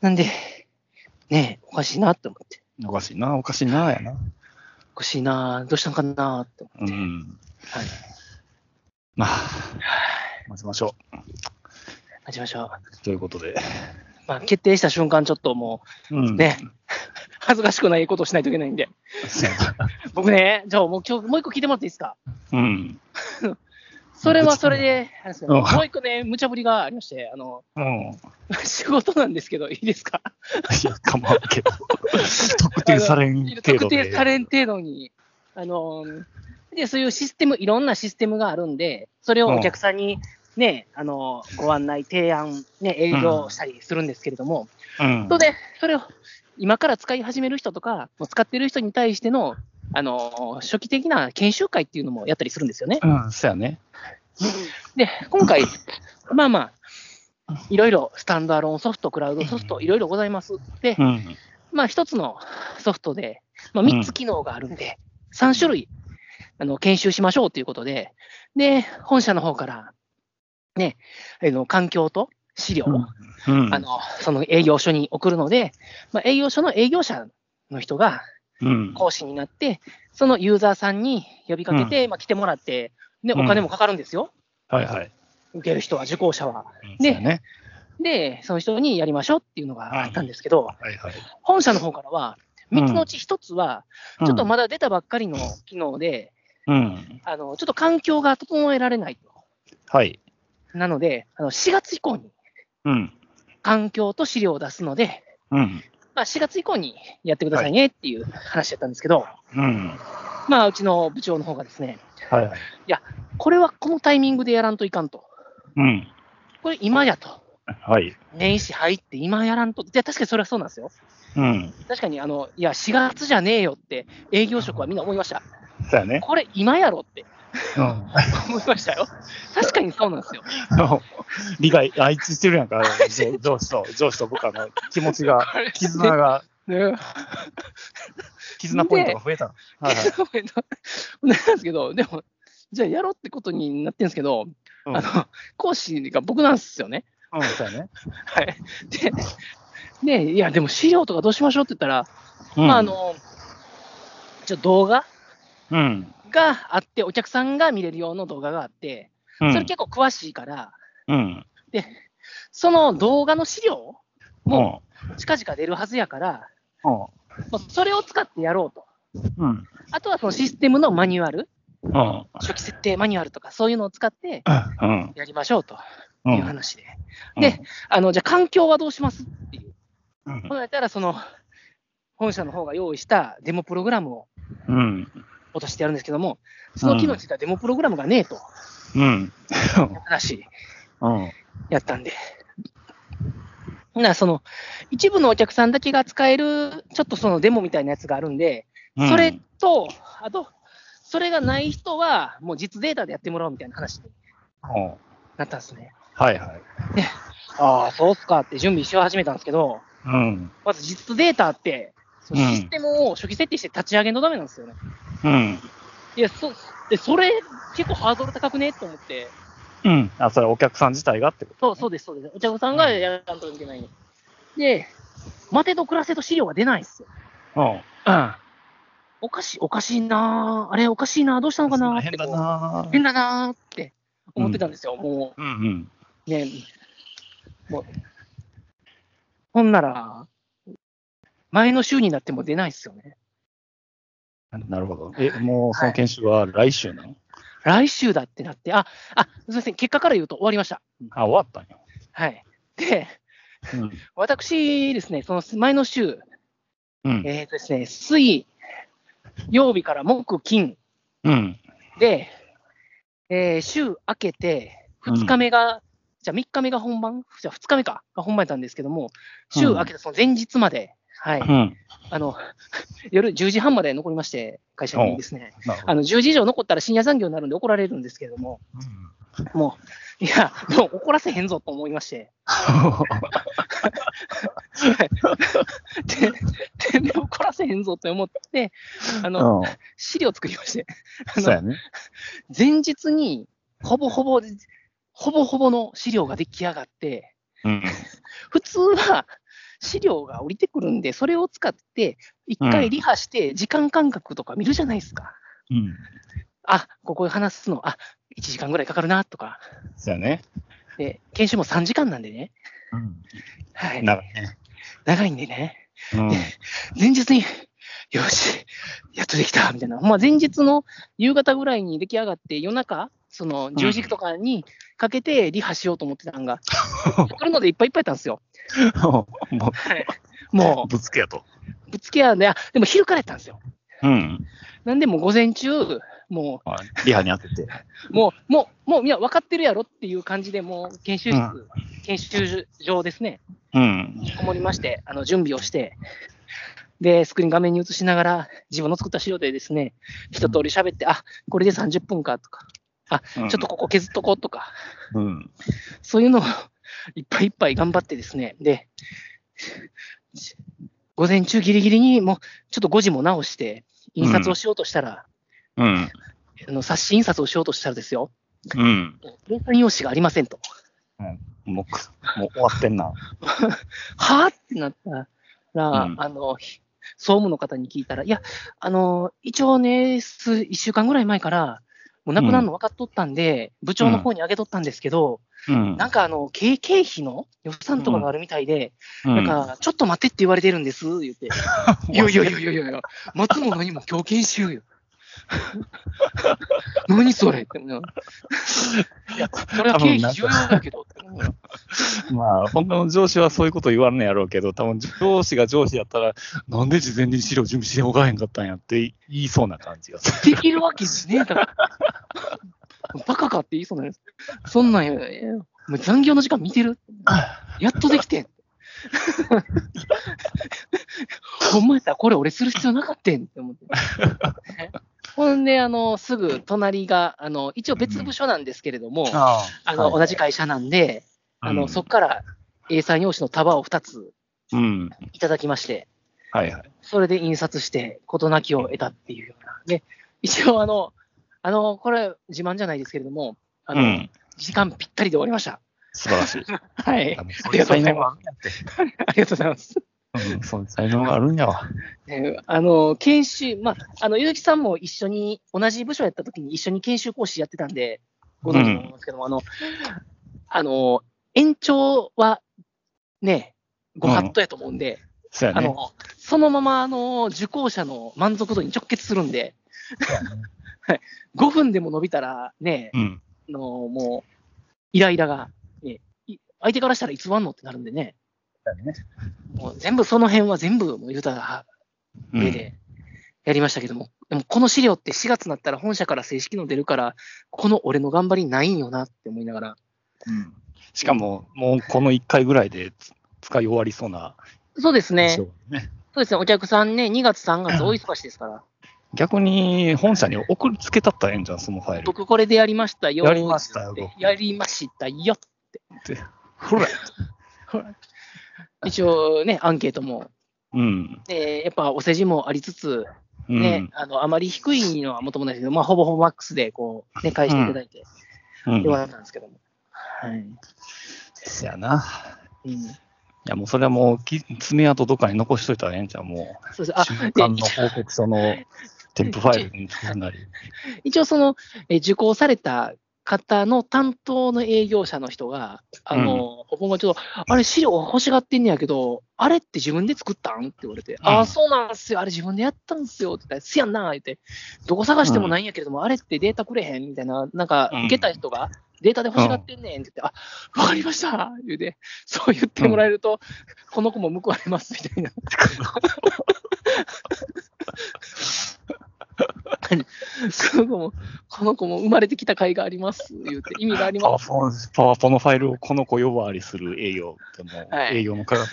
[SPEAKER 2] なんで、ねえ、おかしいなって思って。
[SPEAKER 3] おかしいな、おかしいな、やな。
[SPEAKER 2] おかしいな、どうしたんかなって思
[SPEAKER 3] う
[SPEAKER 2] って。
[SPEAKER 3] ん。
[SPEAKER 2] はい。
[SPEAKER 3] まあ、待ちましょ
[SPEAKER 2] 待ちましょう。
[SPEAKER 3] う。ということで。
[SPEAKER 2] まあ、決定した瞬間、ちょっとも
[SPEAKER 3] う。
[SPEAKER 2] うんね、 <laughs> 恥ずかしくないことをしないといけないんで。
[SPEAKER 3] そうやな。
[SPEAKER 2] 僕ね、じゃあもう今日、もう一個聞いてもらっていいですか
[SPEAKER 3] <laughs> うん。
[SPEAKER 2] それはそれで、あれですけど
[SPEAKER 3] うん
[SPEAKER 2] もう一個ね、無茶ぶりがありまして、あの、 <laughs>
[SPEAKER 3] うん。
[SPEAKER 2] 仕事なんですけど、いいですか
[SPEAKER 3] いや、かまんけど。 <laughs> 特定されん程度
[SPEAKER 2] 特
[SPEAKER 3] で。
[SPEAKER 2] 定されん程度に。あの、で、そういうシステム、いろんなシステムがあるんで、それをお客さんにね、あの、ご案内、提案、ね、営業したりするんですけれども、
[SPEAKER 3] うん
[SPEAKER 2] それで、それを今から使い始める人とか、もう使ってる人に対しての、あの、初期的な研修会っていうのもやったりするんですよね。
[SPEAKER 3] うん、そうやね。
[SPEAKER 2] で、今回、まあまあ、いろいろスタンドアローンソフト、クラウドソフト、いろいろございます。で
[SPEAKER 3] う、ん。
[SPEAKER 2] まあ一つのソフトで、まあ
[SPEAKER 3] うん
[SPEAKER 2] 3つ機能があるんで、3種類、あの、研修しましょうということで、で、本社の方から、ね、あの、環境と資料を、
[SPEAKER 3] うん。
[SPEAKER 2] あの、その営業所に送るので、まあ営業所の営業者の人が
[SPEAKER 3] うん、
[SPEAKER 2] 講師になって、そのユーザーさんに呼びかけて、まあ来てもらって、ね、
[SPEAKER 3] うん
[SPEAKER 2] お金もかかるんですよ。
[SPEAKER 3] はいはい。
[SPEAKER 2] 受ける人は、受講者は。
[SPEAKER 3] うん
[SPEAKER 2] で
[SPEAKER 3] そうやね。
[SPEAKER 2] で、その人にやりましょうっていうのがあったんですけど、
[SPEAKER 3] はいはい。
[SPEAKER 2] 本社の方からは、
[SPEAKER 3] うん
[SPEAKER 2] 3つのうち1つは、ちょっとまだ出たばっかりの機能で、
[SPEAKER 3] うん。
[SPEAKER 2] あのちょっと環境が整えられないと。
[SPEAKER 3] はい。
[SPEAKER 2] なので、あの4月以降に
[SPEAKER 3] うん。
[SPEAKER 2] 環境と資料を出すので、
[SPEAKER 3] うん。
[SPEAKER 2] まあ、4月以降にやってくださいねっていう話だったんですけど、
[SPEAKER 3] うん。
[SPEAKER 2] まあ、うちの部長の方がですね、
[SPEAKER 3] はいはい。
[SPEAKER 2] これはこのタイミングでやらんといかんと。
[SPEAKER 3] うん。
[SPEAKER 2] これ今やと。
[SPEAKER 3] はい。
[SPEAKER 2] 年始入って今やらんと。いや、確かにそれはそうなんですよ。
[SPEAKER 3] うん。
[SPEAKER 2] 確かに、あの、いや、4月じゃねえよって営業職はみんな思いました。
[SPEAKER 3] そうやね。
[SPEAKER 2] これ今やろって。
[SPEAKER 3] うん。 <laughs>
[SPEAKER 2] 思いましたよ。確かにそうなんですよ。
[SPEAKER 3] 理解、あいつしてるやんか、上上司と、上司と部下の気持ちが、
[SPEAKER 2] <laughs>
[SPEAKER 3] 絆が、
[SPEAKER 2] ね、
[SPEAKER 3] 絆ポイントが増えたの。はい
[SPEAKER 2] <laughs>
[SPEAKER 3] はい。
[SPEAKER 2] なんです <laughs> けど、でも、じゃあやろうってことになってるんですけど、
[SPEAKER 3] うん
[SPEAKER 2] あの講師が僕なんですよね。
[SPEAKER 3] うん、そうやね。
[SPEAKER 2] はい、で、ね、いや、でも資料とかどうしましょうって言ったら、
[SPEAKER 3] うん
[SPEAKER 2] まあ、あ、の、じゃあ動画
[SPEAKER 3] うん。
[SPEAKER 2] があって、お客さんが見れる用の動画があって、
[SPEAKER 3] う
[SPEAKER 2] そ
[SPEAKER 3] ん
[SPEAKER 2] れ結構詳しいから、
[SPEAKER 3] うん。
[SPEAKER 2] その動画の資料、
[SPEAKER 3] も
[SPEAKER 2] 近々出るはずやから、
[SPEAKER 3] う
[SPEAKER 2] もうそれを使ってやろうと。
[SPEAKER 3] ん、うん。
[SPEAKER 2] あとはそのシステムのマニュアル、
[SPEAKER 3] うん。
[SPEAKER 2] 初期設定マニュアルとか、そういうのを使って
[SPEAKER 3] うん。
[SPEAKER 2] やりましょうと
[SPEAKER 3] う。
[SPEAKER 2] いうん話で、であのじゃあ、環境はどうしますっていう、
[SPEAKER 3] うん
[SPEAKER 2] ほんやったら、その本社の方が用意したデモプログラムを
[SPEAKER 3] うん。
[SPEAKER 2] 落としてやるんですけども、その機能についてはデモプログラムがねえと
[SPEAKER 3] うん。
[SPEAKER 2] いう話
[SPEAKER 3] うん。
[SPEAKER 2] やったんで。ほんならその一部のお客さんだけが使える、ちょっとそのデモみたいなやつがあるんで、それと、あと、それがない人は、もう実データでやってもらおうみたいな話に
[SPEAKER 3] うん。
[SPEAKER 2] なったんですね。
[SPEAKER 3] はいはい。
[SPEAKER 2] ああ、そうっすかって準備し始めたんですけど、
[SPEAKER 3] うん。
[SPEAKER 2] まず実データって、その
[SPEAKER 3] うん
[SPEAKER 2] システムを初期設定して立ち上げのためなんですよね。
[SPEAKER 3] うん。
[SPEAKER 2] いや、そ、で、それ、結構ハードル高くねと思って。
[SPEAKER 3] うん。あ、それお客さん自体がってこ
[SPEAKER 2] そう、そうです、そうです。お茶子さんがやらんといけない。で、待てど暮らせと資料が出ないっすよ。
[SPEAKER 3] と。うん。
[SPEAKER 2] おかしい、おかしいなぁ。あれ、おかしいなぁ。どうしたのかなぁって
[SPEAKER 3] 変だ
[SPEAKER 2] こう
[SPEAKER 3] なぁ
[SPEAKER 2] 変だなぁって思ってたんですよ。も
[SPEAKER 3] うんうん。
[SPEAKER 2] う、ね、もう。ほんなら、前の週になっても出ないっすよね。
[SPEAKER 3] なるほど。え、もうその研修は来週なの、
[SPEAKER 2] 来週だってなって、あ、あ、すみません、結果から言うと終わりました。
[SPEAKER 3] あ、終わったんや。
[SPEAKER 2] はい。で、
[SPEAKER 3] うん。
[SPEAKER 2] 私ですね、その前の週、
[SPEAKER 3] <laughs> うん。
[SPEAKER 2] えーとですね、水曜日から木、金
[SPEAKER 3] うん。
[SPEAKER 2] で、えー週明けて、
[SPEAKER 3] うん
[SPEAKER 2] 2日目が、じゃあ3日目が本番じゃあ2日目か、が本番やったんですけども、週明けてその前日まで、はい、
[SPEAKER 3] うん。
[SPEAKER 2] あの、 <laughs> 夜10時半まで残りまして、会社にですね、
[SPEAKER 3] なるほど。
[SPEAKER 2] あの、10時以上残ったら深夜残業になるんで怒られるんですけれども、もう、いや、もう怒らせへんぞと思いまして。で、でで怒らせへんぞって思って、あの、
[SPEAKER 3] うん。
[SPEAKER 2] 資料作りまして、あ
[SPEAKER 3] そう
[SPEAKER 2] の、
[SPEAKER 3] やね。
[SPEAKER 2] 前日に、ほぼほぼ、ほぼほぼの資料が出来上がって、
[SPEAKER 3] うん。
[SPEAKER 2] 普通は資料が降りてくるんで、それを使って、一
[SPEAKER 3] う
[SPEAKER 2] 回
[SPEAKER 3] ん
[SPEAKER 2] リハして、時間間隔とか見るじゃないですか。
[SPEAKER 3] うん。
[SPEAKER 2] あ、ここで話すの、あ、1時間ぐらいかかるな、とか。
[SPEAKER 3] そうやね。
[SPEAKER 2] で、研修も3時間なんでね。
[SPEAKER 3] う
[SPEAKER 2] はい。
[SPEAKER 3] ん。なるね。
[SPEAKER 2] 長いんでね。
[SPEAKER 3] うん。
[SPEAKER 2] 前日に、よし、やっとできた、みたいな。まあ、前日の夕方ぐらいに出来上がって、夜中、その10時とかにかけてリハしようと思ってたんが、来るのでいっぱいいっぱいだったんですよ。
[SPEAKER 3] <laughs> も
[SPEAKER 2] も
[SPEAKER 3] う、ぶつけやと。
[SPEAKER 2] う、ぶっつけやんで、あ、でも昼からやったんですよ。
[SPEAKER 3] うん。
[SPEAKER 2] なんで、もう午前中、も
[SPEAKER 3] はいリハに当てて。
[SPEAKER 2] う、もう、もう、もう、みんな分かってるやろっていう感じで、もう、研修室、
[SPEAKER 3] う
[SPEAKER 2] 研修場ですね、
[SPEAKER 3] うん。
[SPEAKER 2] こもりまして、あの、準備をして、で、スクリーン画面に映しながら、自分の作った資料でですね、一通り喋って、あ、これで30分か、とか、
[SPEAKER 3] ちょ
[SPEAKER 2] ちょっと。ここ削っとこうとか、
[SPEAKER 3] うん。
[SPEAKER 2] そういうのを <laughs> いっぱいいっぱい頑張ってですね、で、午前中ギリギリにもうちょっと5時も直して、印刷をしようとしたら、
[SPEAKER 3] うん。
[SPEAKER 2] あの冊子印刷をしようとしたらですよ、
[SPEAKER 3] うん。
[SPEAKER 2] 計算用紙がありませんと。
[SPEAKER 3] もうく、もう終わってんな。
[SPEAKER 2] はぁってなったら、
[SPEAKER 3] うん
[SPEAKER 2] あの、ひ総務の方に聞いたら、いや、あの、一応ね、数1週間ぐらい前から、もうなくなるの分かっとったんで、部長の方にあげとったんですけど、
[SPEAKER 3] うん。
[SPEAKER 2] なんかあの、経経費の予算とかがあるみたいで、
[SPEAKER 3] うん
[SPEAKER 2] なんか、ちょっと待ってって言われてるんです、言って。いやいやいやいやいやいや、松も何も狂犬しようよ。 <laughs> 何それって。いや、それは経費重要だけど。
[SPEAKER 3] まあ、本当の上司はそういうこと言わんねやろうけど、多分上司が上司やったら、なんで事前に資料準備しておかへんかったんやって言いそうな感じがする。
[SPEAKER 2] できるわけねえだから。バカかって言いそうなんです。そんなんや、えもう残業の時間見てるやっとできてん。ほんまやったらこれ俺する必要なかったんって思って。ほんで、あの、すぐ隣が、あの、一応別部署なんですけれども、
[SPEAKER 3] あ
[SPEAKER 2] あの、同じ会社なんで、あの、そっから、A3 用紙の束を2つ
[SPEAKER 3] うん。うん。
[SPEAKER 2] いただきまして、
[SPEAKER 3] はいはい。
[SPEAKER 2] それで印刷して、事なきを得たっていうような。で、一応あの、あの、これ自慢じゃないですけれども、あ
[SPEAKER 3] う
[SPEAKER 2] の、
[SPEAKER 3] ん。
[SPEAKER 2] 時間ぴったりで終わりました。
[SPEAKER 3] 素晴らしい。
[SPEAKER 2] はい。
[SPEAKER 3] 多分
[SPEAKER 2] ありがとうございますありがとうございます。。
[SPEAKER 3] うん、そういう才能があるんやわ。
[SPEAKER 2] ねあの、研修、まあ、あの、ゆうきさんも一緒に、同じ部署やった時に一緒に研修講師やってたんで、ご存知だと思うんですけども、あの、あの、延長は、ね、ご法度やと思うんで、
[SPEAKER 3] そうや
[SPEAKER 2] あ
[SPEAKER 3] ね。
[SPEAKER 2] の、そのまま、あの、受講者の満足度に直結するんで、5分でも伸びたら、ね、
[SPEAKER 3] うん。
[SPEAKER 2] あの、もう、イライラが、ね、い相手からしたらいつ終わんのってなるんでね、
[SPEAKER 3] そうやね
[SPEAKER 2] もう全部その辺は全部、もう、ユタが
[SPEAKER 3] うん
[SPEAKER 2] 上でやりましたけども、でもこの資料って4月になったら本社から正式の出るから、この俺の頑張りないんよなって思いながら、
[SPEAKER 3] うんしかも、もうこの1回ぐらいでつ使い終わりそうな
[SPEAKER 2] そうですね、
[SPEAKER 3] 印象
[SPEAKER 2] そ
[SPEAKER 3] がね。
[SPEAKER 2] うですね、お客さんね、2月、3月、大忙しですから、
[SPEAKER 3] 逆に本社に送りつけたったらええんじゃん、そのファイル。
[SPEAKER 2] 僕これでやりましたよ、
[SPEAKER 3] やりましたよ
[SPEAKER 2] ってやりましたよ
[SPEAKER 3] ほら。
[SPEAKER 2] 一応ね、アンケートも、
[SPEAKER 3] うん。
[SPEAKER 2] でやっぱお世辞もありつつ、
[SPEAKER 3] うん
[SPEAKER 2] ねあの、あまり低いのはもともないですけど、まあ、ほぼほぼマックスでこう、ね、返していただいて、
[SPEAKER 3] うん
[SPEAKER 2] よかったんですけども。はい
[SPEAKER 3] そやな。
[SPEAKER 2] うん、
[SPEAKER 3] いや、もうそれはもうき、爪痕どっかに残しといたらええんちゃうも
[SPEAKER 2] そうです
[SPEAKER 3] う、
[SPEAKER 2] あ
[SPEAKER 3] 中間
[SPEAKER 2] で
[SPEAKER 3] の報告書の添付ファイルに作るなり。
[SPEAKER 2] 一応、そのえ受講された方の担当の営業者の人が、あの僕がちょっと、あれ、資料欲しがってんねやけど、あれって自分で作ったんって言われて、ああ、そうなんすよ、あれ自分でやったんすよって言ったら、すやんな、言って、どこ探してもないんやけれども、あれってデータくれへんみたいな、なんか
[SPEAKER 3] うん、
[SPEAKER 2] 受けた人が、データで欲しがってんねんって言って、あ、わかりました言うて、そう言ってもらえると、この子も報われますみたいな。この子も、この子も生まれてきた甲斐があります、言うて、意味があり
[SPEAKER 3] パ
[SPEAKER 2] ま
[SPEAKER 3] ワポのパワポのファイルをこの子呼ばわりする営業ってもう、
[SPEAKER 2] はい
[SPEAKER 3] 営業の科学。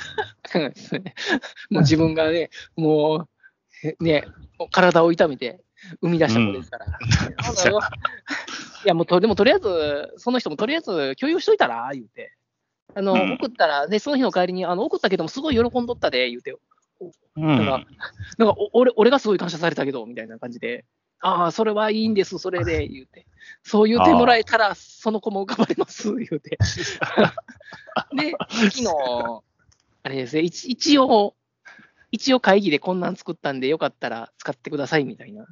[SPEAKER 2] す。 <laughs> もう自分がね、もう、ね、もう体を痛めて生み出した子です <laughs> から。そうなのいや、もうと、でもとりあえず、その人もとりあえず共有しといたら、言うて。あの、
[SPEAKER 3] うん
[SPEAKER 2] 送ったら、で、その日の帰りに、あの、送ったけども、すごい喜んどったで、言うて。お
[SPEAKER 3] う
[SPEAKER 2] なんか
[SPEAKER 3] ん。
[SPEAKER 2] なんかお俺俺がすごい感謝されたけど、みたいな感じで、ああ、それはいいんです、それで、言うて、そう言うてもらえたら、その子も浮かばれます、 <laughs> 言うて。で、昨日、あれですね、一一応、一応会議でこんなん作ったんで、よかったら使ってください、みたいな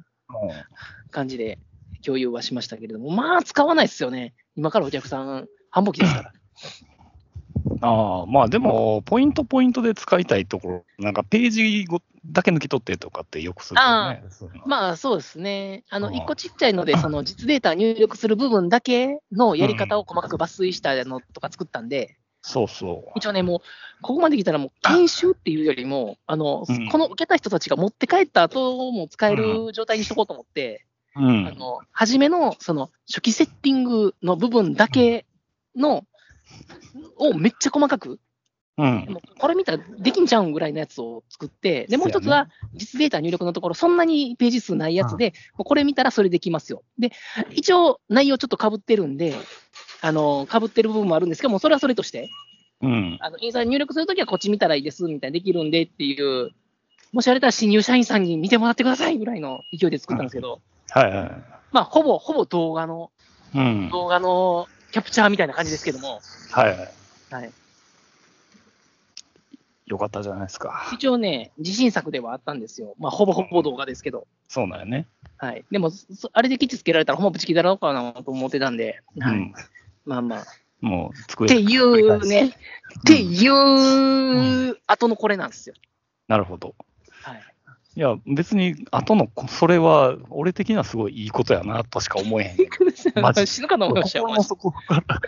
[SPEAKER 2] 感じで共有はしましたけれども、まあ、使わないですよね。今からお客さん、繁忙期ですから。
[SPEAKER 3] ああ、まあでも、ポイントポイントで使いたいところ、なんかページごだけ抜き取ってとかってよくするよね。そういうの
[SPEAKER 2] まあそうですね。あ
[SPEAKER 3] う
[SPEAKER 2] の、
[SPEAKER 3] ん
[SPEAKER 2] 一個ちっちゃいので、そ
[SPEAKER 3] <laughs>
[SPEAKER 2] の実データ入力する部分だけのやり方を細かく抜粋したのとか作ったんで、
[SPEAKER 3] そうそう。
[SPEAKER 2] 一応ね、もう、ここまで来たらもう研修っていうよりも、あの
[SPEAKER 3] うん、
[SPEAKER 2] この受けた人たちが持って帰った後も使える状態にしとこうと思って、
[SPEAKER 3] う
[SPEAKER 2] あ
[SPEAKER 3] ん。
[SPEAKER 2] の、初めのその初期セッティングの部分だけの、をめっちゃ細かく、
[SPEAKER 3] うん。
[SPEAKER 2] もうこれ見たらできんちゃうんぐらいのやつを作って、で、もう一つは実データ入力のところ、そんなにページ数ないやつで、もうこれ見たらそれできますよ。で、一応内容ちょっと被ってるんで、あの、被ってる部分もあるんですけども、それはそれとして、
[SPEAKER 3] うん。
[SPEAKER 2] あの、インサイト入力するときはこっち見たらいいです、みたいなできるんでっていう、もしあれたら新入社員さんに見てもらってくださいぐらいの勢いで作ったんですけど、
[SPEAKER 3] はいは
[SPEAKER 2] まあ、ほぼ、ほぼ動画の、
[SPEAKER 3] い。うん。
[SPEAKER 2] 動画のキャプチャーみたいな感じですけども、
[SPEAKER 3] はいはい。
[SPEAKER 2] はい。
[SPEAKER 3] よかったじゃないですか。
[SPEAKER 2] 一応ね、自信作ではあったんですよ。まあ、ほぼほぼ動画ですけど。
[SPEAKER 3] そうなんよね。
[SPEAKER 2] はい。でも、そあれで基地つけられたら、ほんまぶち切られようかなと思ってたんで、はい。まあまあ。っ
[SPEAKER 3] うん。もう、机
[SPEAKER 2] ていうね、っていうう後のこれなんですよ。
[SPEAKER 3] なるほど。
[SPEAKER 2] はい。
[SPEAKER 3] いや、別に、後のこ、それは、俺的にはすごいいいことやな、としか思えへ <laughs> んけど。マジ
[SPEAKER 2] <laughs> 死ぬかと思いましたよ。
[SPEAKER 3] 心の底から。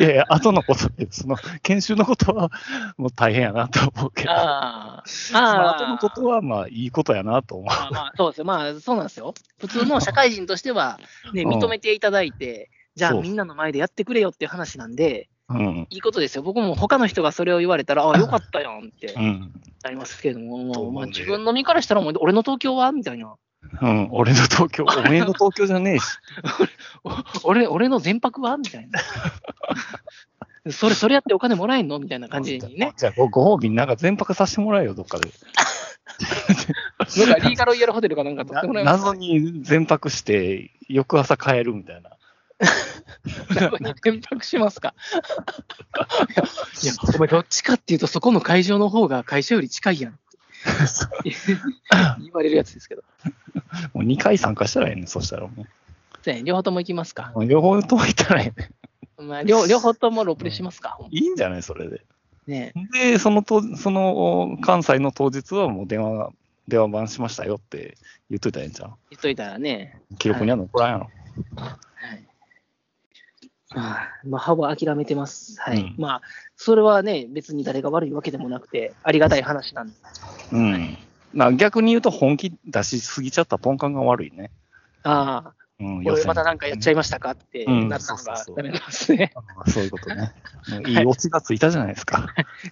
[SPEAKER 3] いやいや、後のことで、その、研修のことは、もう大変やなと思うけど、
[SPEAKER 2] ああ。
[SPEAKER 3] その
[SPEAKER 2] ああ。
[SPEAKER 3] 後のことは、まあ、いいことやなと思
[SPEAKER 2] まあまあ、そうですよ。まあ、そうなんですよ。普通の社会人としては、ね、
[SPEAKER 3] うん
[SPEAKER 2] 認めていただいて、じゃあ
[SPEAKER 3] そう
[SPEAKER 2] みんなの前でやってくれよっていう話なんで、
[SPEAKER 3] う。うん。
[SPEAKER 2] いいことですよ。僕も他の人がそれを言われたら、ああ、よかったやんって
[SPEAKER 3] うん。
[SPEAKER 2] なりますけども、
[SPEAKER 3] そう
[SPEAKER 2] まあ
[SPEAKER 3] ね
[SPEAKER 2] 自分の身からしたら、もう俺の東京はみたいな。
[SPEAKER 3] うん。俺の東京、おめえの東京じゃねえし。
[SPEAKER 2] お俺、俺の全泊はみたい
[SPEAKER 3] <laughs>
[SPEAKER 2] な。それ、それやってお金もらえんのみたいな <laughs> 感じにね。
[SPEAKER 3] じゃあ、ごご褒美になんか全泊させてもらえよ、どっか
[SPEAKER 2] <laughs>
[SPEAKER 3] で。
[SPEAKER 2] なんかリーガロイヤルホテルかなんか取っ
[SPEAKER 3] な
[SPEAKER 2] てもらえます
[SPEAKER 3] 謎に全泊して、翌朝帰るみたいな。
[SPEAKER 2] 中に転泊しますか <laughs>
[SPEAKER 3] <laughs>
[SPEAKER 2] いや、いやお前どっちかっていうと、そこの会場の方が会社より近いやんって
[SPEAKER 3] <laughs>
[SPEAKER 2] 言われるやつですけど。
[SPEAKER 3] もう2回参加したらええねんそしたらも
[SPEAKER 2] そうやね両方とも行きますか。
[SPEAKER 3] う。両方ともいたらええね
[SPEAKER 2] まあ、両両方ともロープレしますか。
[SPEAKER 3] んいいんじゃないそれで。
[SPEAKER 2] ね
[SPEAKER 3] で、その当その関西の当日はもう電話、電話番しましたよって言っといたらええんちゃ
[SPEAKER 2] 言っといたらね。
[SPEAKER 3] う記録には残らんやろ。
[SPEAKER 2] はいまあ、まあ、歯は諦めてます。はい。
[SPEAKER 3] うん
[SPEAKER 2] まあ、それはね、別に誰が悪いわけでもなくて、ありがたい話なんで。
[SPEAKER 3] うん。まあ逆に言うと本気出しすぎちゃったポンカンが悪いね。
[SPEAKER 2] あ
[SPEAKER 3] う
[SPEAKER 2] あ、
[SPEAKER 3] ん、予
[SPEAKER 2] 俺
[SPEAKER 3] 選
[SPEAKER 2] またなんかやっちゃいましたかって
[SPEAKER 3] うん
[SPEAKER 2] なったのが
[SPEAKER 3] そうそうそう
[SPEAKER 2] ダメなんですね。
[SPEAKER 3] あそういうことね。うんいいオチがついたじゃないですか。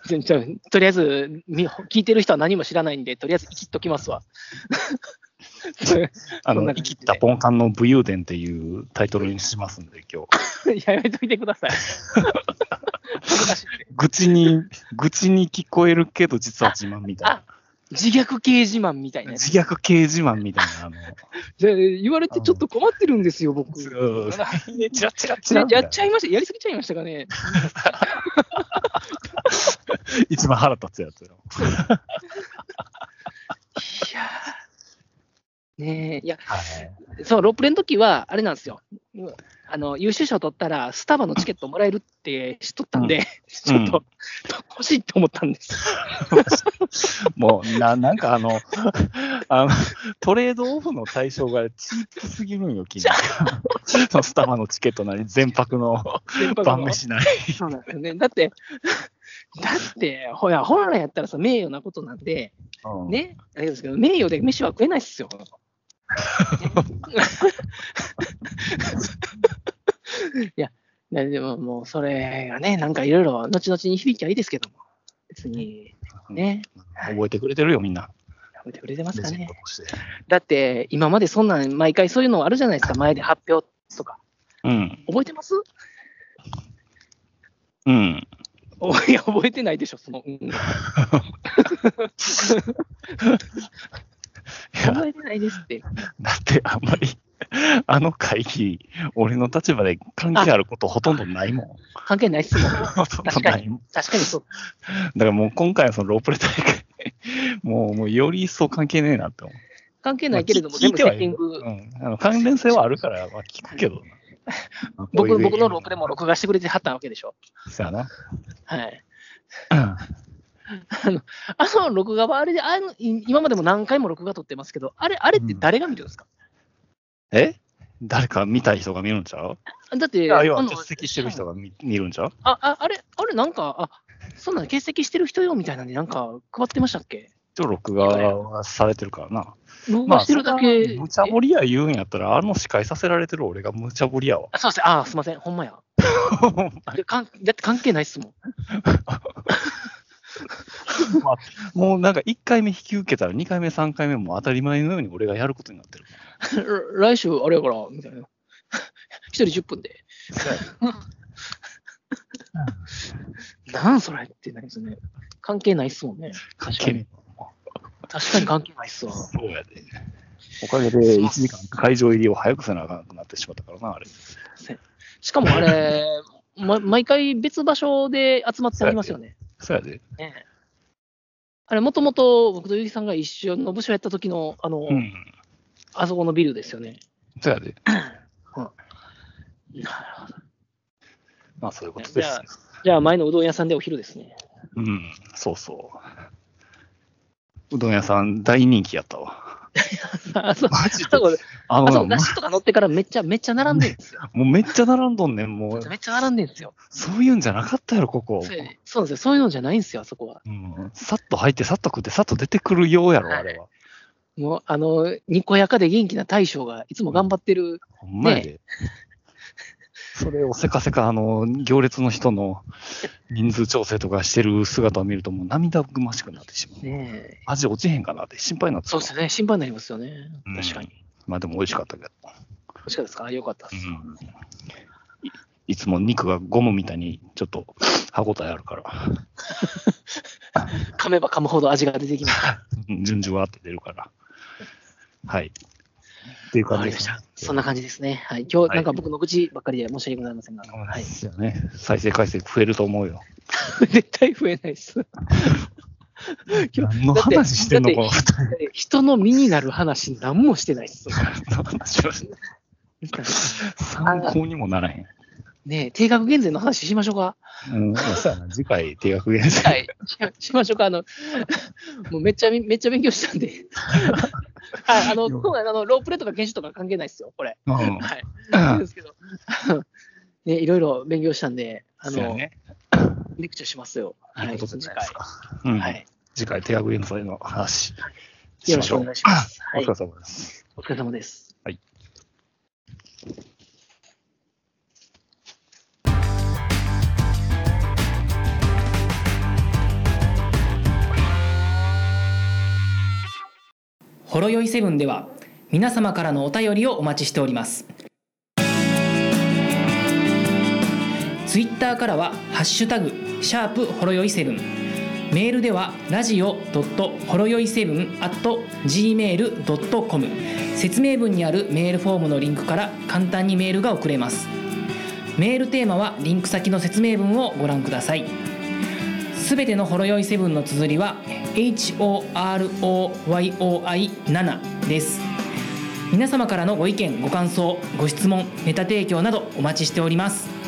[SPEAKER 2] ちょちょとりあえず、み聞いてる人は何も知らないんで、とりあえず、生きっときます
[SPEAKER 3] <laughs>
[SPEAKER 2] わ。
[SPEAKER 3] あ
[SPEAKER 2] そん
[SPEAKER 3] の、
[SPEAKER 2] な
[SPEAKER 3] 生
[SPEAKER 2] 感
[SPEAKER 3] き
[SPEAKER 2] じで
[SPEAKER 3] ったポンカンの武勇伝っていうタイトルにしますんで、今日。
[SPEAKER 2] やめといてください。恥ずかしいんで
[SPEAKER 3] 愚痴に、愚痴に聞こえるけど実は自慢みたいな。
[SPEAKER 2] 自虐掲示マンみたいなやつ。
[SPEAKER 3] 自虐掲示マンみたいな、あの、
[SPEAKER 2] じゃあ言われてちょっと困ってるんですよ、僕。
[SPEAKER 3] うん <laughs> チラッチラッチラッみた
[SPEAKER 2] や
[SPEAKER 3] いな
[SPEAKER 2] っちゃいました、やりすぎちゃいましたかね。
[SPEAKER 3] 一番腹立つやつよ。
[SPEAKER 2] いやーねえ、いや、
[SPEAKER 3] はい。
[SPEAKER 2] そう、ロープレの時は、あれなんですよ。あの、優秀賞取ったら、スタバのチケットもらえるって知っとったんで、ちょっと、欲しいって思ったんです。
[SPEAKER 3] <laughs> もうな、なんかあの、 <laughs> あの、トレードオフの対象がチープすぎるんよ、君。そのスタバのチケットなり、全泊の晩飯なり。
[SPEAKER 2] そうなんですよね。だって、だって、ほら、本来やったらさ、名誉なことなんで、
[SPEAKER 3] うん
[SPEAKER 2] ね、あれですけど、名誉で飯は食えないっすよ。いや、ねでももう、それがね、なんかいろいろ、後々に響きはいいですけども、別に、ね、
[SPEAKER 3] 覚えてくれてるよ、みんな。
[SPEAKER 2] やめてくれてます
[SPEAKER 3] レ
[SPEAKER 2] か
[SPEAKER 3] ジェン
[SPEAKER 2] ね
[SPEAKER 3] ド。として
[SPEAKER 2] だって、今までそんなん、毎回そういうのあるじゃないですか、前で発表とか。
[SPEAKER 3] うん。
[SPEAKER 2] 覚えてます
[SPEAKER 3] うん。
[SPEAKER 2] おいや、覚えてないでしょ、その。うん覚えてないですって。
[SPEAKER 3] だってあんまり、あの会議、俺の立場で関係あることほとんどない
[SPEAKER 2] <laughs>
[SPEAKER 3] もん。
[SPEAKER 2] 関係ないっすもん。
[SPEAKER 3] ほとんどないもん。
[SPEAKER 2] 確かにそう。
[SPEAKER 3] だからもう今回のそのロープレ大会、もう、もうより一層関係ねえなって思う。
[SPEAKER 2] 関係ないけれども、
[SPEAKER 3] まあ
[SPEAKER 2] で
[SPEAKER 3] 聞い
[SPEAKER 2] も
[SPEAKER 3] て
[SPEAKER 2] セ
[SPEAKER 3] はいる
[SPEAKER 2] ッティング、
[SPEAKER 3] うん、あの関連性はあるから、まあ、聞くけどな。
[SPEAKER 2] 僕僕のロープで
[SPEAKER 3] も。
[SPEAKER 2] も録画してくれてはったわけでしょ。
[SPEAKER 3] そうやな。
[SPEAKER 2] はい。
[SPEAKER 3] うん
[SPEAKER 2] あの録画はあれで、あのい今までも何回も録画撮ってますけど、あれあれって誰が見るんですか、
[SPEAKER 3] え誰か見たい人が見るんちゃう
[SPEAKER 2] だって、
[SPEAKER 3] あ、要
[SPEAKER 2] あ
[SPEAKER 3] は
[SPEAKER 2] の
[SPEAKER 3] 欠席してる人が見見るんちゃう
[SPEAKER 2] あああれ、あれなんか、あそんなん欠席してる人よみたいなんで、なんか配ってましたっけ
[SPEAKER 3] と録画はされてるからな。
[SPEAKER 2] 録画してるだけ。
[SPEAKER 3] 無茶ぶりや言うんやったら、あの司会させられてる俺が無茶ぶりやわ。
[SPEAKER 2] あそうですね。あ、すみません。ほんまや。でかんだって関係ないっすもん。
[SPEAKER 3] <laughs>
[SPEAKER 2] <laughs>
[SPEAKER 3] もうなんか1回目引き受けたら2回目、3回目も当たり前のように俺がやることになってる。
[SPEAKER 2] 来週、あれやから、みたいな。 <laughs> 一人10分で。なんそれってなりますよね。関係ないっすもんね。
[SPEAKER 3] 関係ね
[SPEAKER 2] 確かに関係ないっすわ
[SPEAKER 3] え。。そうやで。おかげで1時間会場入りを早くせなあかんくなってしまったからな、あれ。
[SPEAKER 2] しかもあれ、 <laughs> ま、毎回別場所で集まってありますよね。
[SPEAKER 3] そうやで。
[SPEAKER 2] ねえあれ、もともと僕とゆきさんが一緒の部署やった時の、あの、
[SPEAKER 3] うん。
[SPEAKER 2] あそこのビルですよね。
[SPEAKER 3] そうやで。
[SPEAKER 2] なるほど。
[SPEAKER 3] まあそういうことで
[SPEAKER 2] じゃ
[SPEAKER 3] す
[SPEAKER 2] あ。じゃあ、前のうどん屋さんでお昼ですね。 <laughs>
[SPEAKER 3] うん、そうそう。うどん屋さん大人気やった
[SPEAKER 2] <laughs>
[SPEAKER 3] わ。
[SPEAKER 2] あそう
[SPEAKER 3] マジで
[SPEAKER 2] あ。そう
[SPEAKER 3] あのな
[SPEAKER 2] あそう、だしとか乗ってからめっちゃ、めっちゃ並んでるんですよ。 <laughs>
[SPEAKER 3] もうめっちゃ並んどんねん、もう。
[SPEAKER 2] めっちゃ並んでるんですよ。
[SPEAKER 3] そういうんじゃなかったやろ、ここ。
[SPEAKER 2] そうそうなんですよ。そういうのじゃないんですよ、あそこは。
[SPEAKER 3] うん、さっと入って、さっと食って、さっと出てくるようやろ、あれは。
[SPEAKER 2] もう、あの、にこやかで元気な大将がいつも頑張ってる、
[SPEAKER 3] ほんまやで。 <laughs> それをせかせか、あの、行列の人の人数調整とかしてる姿を見ると、もう涙ぐましくなってしまう。
[SPEAKER 2] ねえ。
[SPEAKER 3] 味落ちへんかなって心配になってし
[SPEAKER 2] そ
[SPEAKER 3] ま
[SPEAKER 2] うですね、心配になりますよね。
[SPEAKER 3] うん
[SPEAKER 2] 確かに。
[SPEAKER 3] まあでも美味しかったけど。
[SPEAKER 2] 確かですかよかったです。
[SPEAKER 3] うんいいつも肉がゴムみたいにちょっと歯ごたえある
[SPEAKER 2] <laughs>
[SPEAKER 3] から、
[SPEAKER 2] 噛めば噛むほど味が出てきます。
[SPEAKER 3] うん順々わって出るから。はい。っていう感
[SPEAKER 2] わか
[SPEAKER 3] じ
[SPEAKER 2] り
[SPEAKER 3] で
[SPEAKER 2] ますし
[SPEAKER 3] ね
[SPEAKER 2] た。そんな感じですね。はい。今
[SPEAKER 3] は
[SPEAKER 2] 日、
[SPEAKER 3] い
[SPEAKER 2] なんか僕の愚痴ばっかりで申し訳ございませんが。は
[SPEAKER 3] はいい。。ですよね。再生回数増えると思うよ。
[SPEAKER 2] 絶対増えない <laughs> です。今
[SPEAKER 3] 何の話してんの、この二
[SPEAKER 2] 人の身になる話、何もしてないです。
[SPEAKER 3] 人の話は。参考にもならへん。
[SPEAKER 2] ねえ、定額減税の話しましょうか。
[SPEAKER 3] うん、そうやな次回、定額減
[SPEAKER 2] は
[SPEAKER 3] 税。
[SPEAKER 2] い。しし <laughs> ましょうか。あの、もうめっちゃ、めっちゃ勉強した
[SPEAKER 3] <laughs>
[SPEAKER 2] んで。ああの、今回あのロープレとか研修とか関係ないですよ、これ。
[SPEAKER 3] うん
[SPEAKER 2] はい。
[SPEAKER 3] うん
[SPEAKER 2] ですけど、 <laughs> ね、いろいろ勉強したんで、あ
[SPEAKER 3] そうや
[SPEAKER 2] の、
[SPEAKER 3] ね。
[SPEAKER 2] レクチャーしますよ。はい
[SPEAKER 3] い
[SPEAKER 2] い、
[SPEAKER 3] ことじ
[SPEAKER 2] 次
[SPEAKER 3] ゃないで
[SPEAKER 2] 回
[SPEAKER 3] す。か。うん
[SPEAKER 2] はい。
[SPEAKER 3] 次回、定額減税の話
[SPEAKER 2] よ
[SPEAKER 3] し
[SPEAKER 2] ろ
[SPEAKER 3] ま
[SPEAKER 2] し
[SPEAKER 3] し
[SPEAKER 2] く
[SPEAKER 3] ょう。
[SPEAKER 2] お願いします。
[SPEAKER 3] お
[SPEAKER 2] はい
[SPEAKER 3] 疲れ。様です。
[SPEAKER 2] お疲れ様です。
[SPEAKER 1] ほろよいセブンでは皆様からのお便りをお待ちしておりますツイッターからは「ハッシュタグシャープほろよいセブン」メールではラジオドットほろよいセブン at gmail.com 説明文にあるメールフォームのリンクから簡単にメールが送れますメールテーマはリンク先の説明文をご覧くださいすべてのほろ酔いセブンの綴りは HOROYOI7 です皆様からのご意見ご感想ご質問ネタ提供などお待ちしております